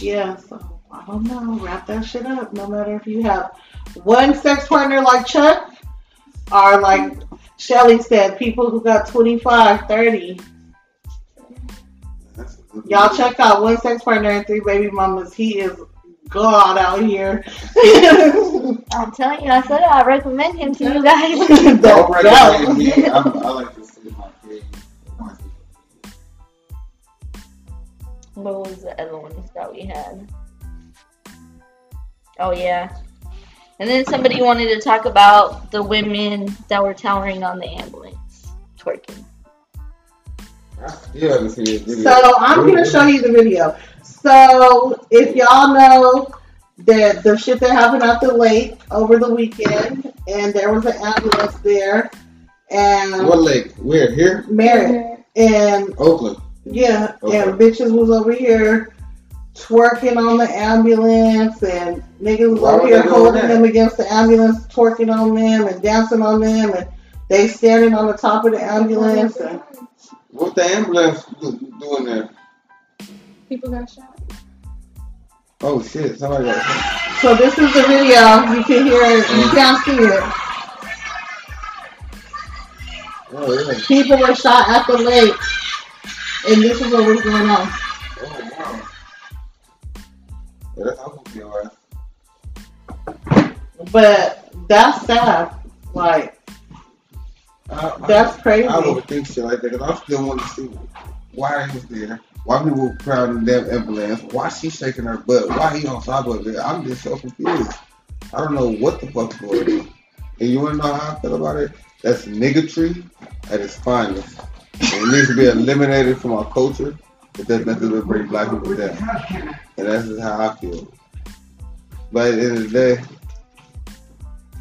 Yeah, so I don't know. Wrap that shit up. No matter if you have one sex partner like Chuck or like Shelly said, people who got 25, 30.
That's
Y'all check out One Sex Partner and Three Baby Mamas. He is God out here. the
I'm telling you, I said I recommend him to you guys.
Don't recommend
belt.
me. I'm, I like to see my kids.
What was the other ones that we had? Oh yeah. And then somebody wanted to talk about the women that were towering on the ambulance, twerking.
I still haven't seen this video.
So I'm gonna show you the video. So if y'all know that the shit that happened at the lake over the weekend, and there was an ambulance there,
What
and
lake? We're here,
Merritt, and
Oakland.
yeah,
Okay.
and bitches was over here twerking on the ambulance, and niggas was
Why
over
would
here
they do
holding
that?
them against the ambulance, twerking on them and dancing on them, and they standing on the top of the ambulance, and
What the ambulance do- doing there?
People got shot.
Oh shit! Somebody got.
So this is the video. You can hear it. You can't see it.
Oh yeah.
People were shot at the lake, and this is what was going on.
Oh wow. Yeah, that's Oakland, yo, right?
But that's sad. Like
I- I-
that's crazy.
I don't think shit like that because I still want to see why he was there, why people were crowding that ambulance, why she shaking her butt, why he on top of it. I'm just so confused. I don't know what the fuck's going on. And you want to know how I feel about it? That's niggatry at its finest. It needs to be eliminated from our culture. It does nothing but bring black people down. And that's just how I feel. But at the end of the day,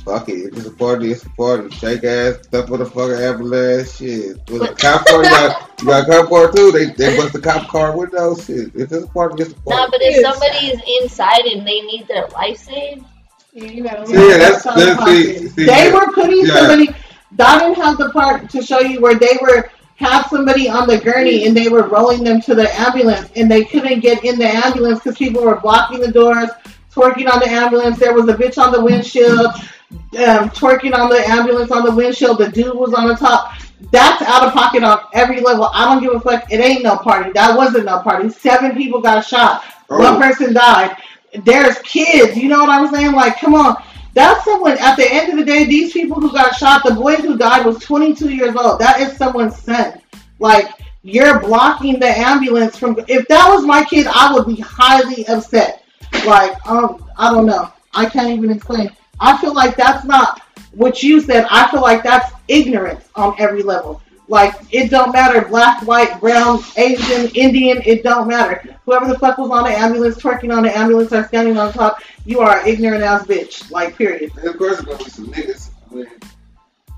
Fuck it, if it's a party, it's a party. Shake ass, stuff with a fucking ambulance, shit. With a cop car, you got, you got a cop car too. They, they bust the cop car window, shit. If it's a party, it's a
Nah,
party.
but if somebody is inside and they need their life saved,
Yeah, you gotta
Yeah, that's-
That's all
that's the-
popping.
see,
They
yeah.
were putting
Yeah.
somebody. I didn't have the part to show you where they were had somebody on the gurney and they were rolling them to the ambulance and they couldn't get in the ambulance because people were blocking the doors, twerking on the ambulance. There was a bitch on the windshield, um, twerking on the ambulance on the windshield. The dude was on the top. That's out of pocket on every level. I don't give a fuck. It ain't no party. That wasn't no party. Seven people got shot. One
Oh,
person died. There's kids. You know what I'm saying? Like, come on. That's someone. At the end of the day, these people who got shot, the boy who died was 22 years old. That is someone's son. Like, you're blocking the ambulance from. If that was my kid, I would be highly upset. Like, um, I don't know. I can't even explain. I feel like that's not what you said. I feel like that's ignorance on every level. Like, it don't matter black, white, brown, Asian, Indian. It don't matter whoever the fuck was on the ambulance, twerking on the ambulance, or standing on top, you are an ignorant ass bitch. Like, period.
and of course, it's gonna be some niggas. I mean,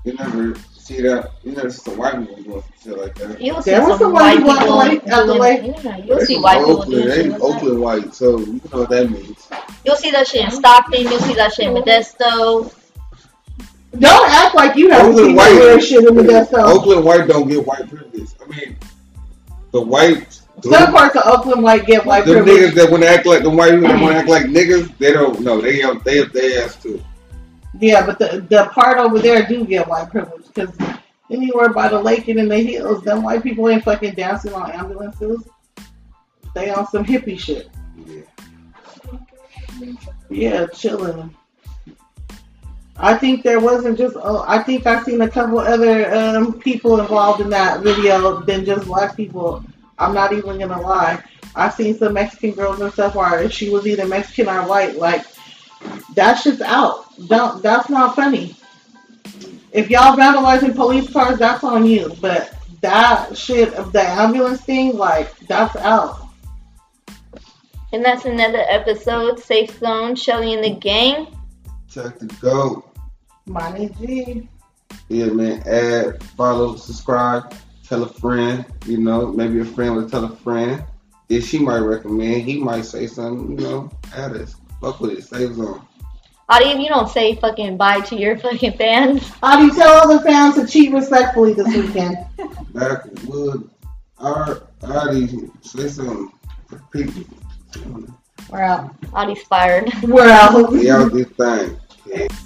you never see that. You never see some white people doing some shit like that.
you'll see
There
some
was someone
white
who walked
people.
away- out the way.
doing- yeah, you'll
They
see
from
white people
Oakland,
doing
they
shit.
from
like that.
Oakland white, so you know what that means.
You'll see that shit in Stockton. You'll see that shit in Modesto.
Don't act like you haven't
Oakland
seen that
white.
weird shit in the death cell.
Oakland white don't get white privilege. I mean, the white.
Some parts of Oakland white get white
them
privilege.
niggas that want to act like the white people that want to act like niggas, they don't know. They up they up their ass too.
Yeah, but the, the part over there do get white privilege because anywhere by the lake and in the hills, them white people ain't fucking dancing on ambulances. They on some hippie shit.
Yeah.
Yeah, chilling. I think there wasn't just. Oh, I think I seen a couple other um, people involved in that video than just black people. I'm not even gonna lie. I seen some Mexican girls and stuff where she was either Mexican or white. Like that shit's out. Don't. That's not funny. If y'all vandalizing police cars, that's on you. But that shit of the ambulance thing, like that's out.
And that's another episode. Safe Zone, Shelly and the Gang.
Check the go.
Money G.
Yeah, man. Add, follow, subscribe, tell a friend. You know, maybe a friend will tell a friend. Then she might recommend. He might say something. You know, add us. Fuck with it. Save zone.
Adi, if you don't say fucking bye to your fucking fans,
How do you tell other fans to cheat respectfully this weekend?
Backwood. Our Artie, say something. for People,
We're out.
Adi's fired.
We're out.
y'all do thing.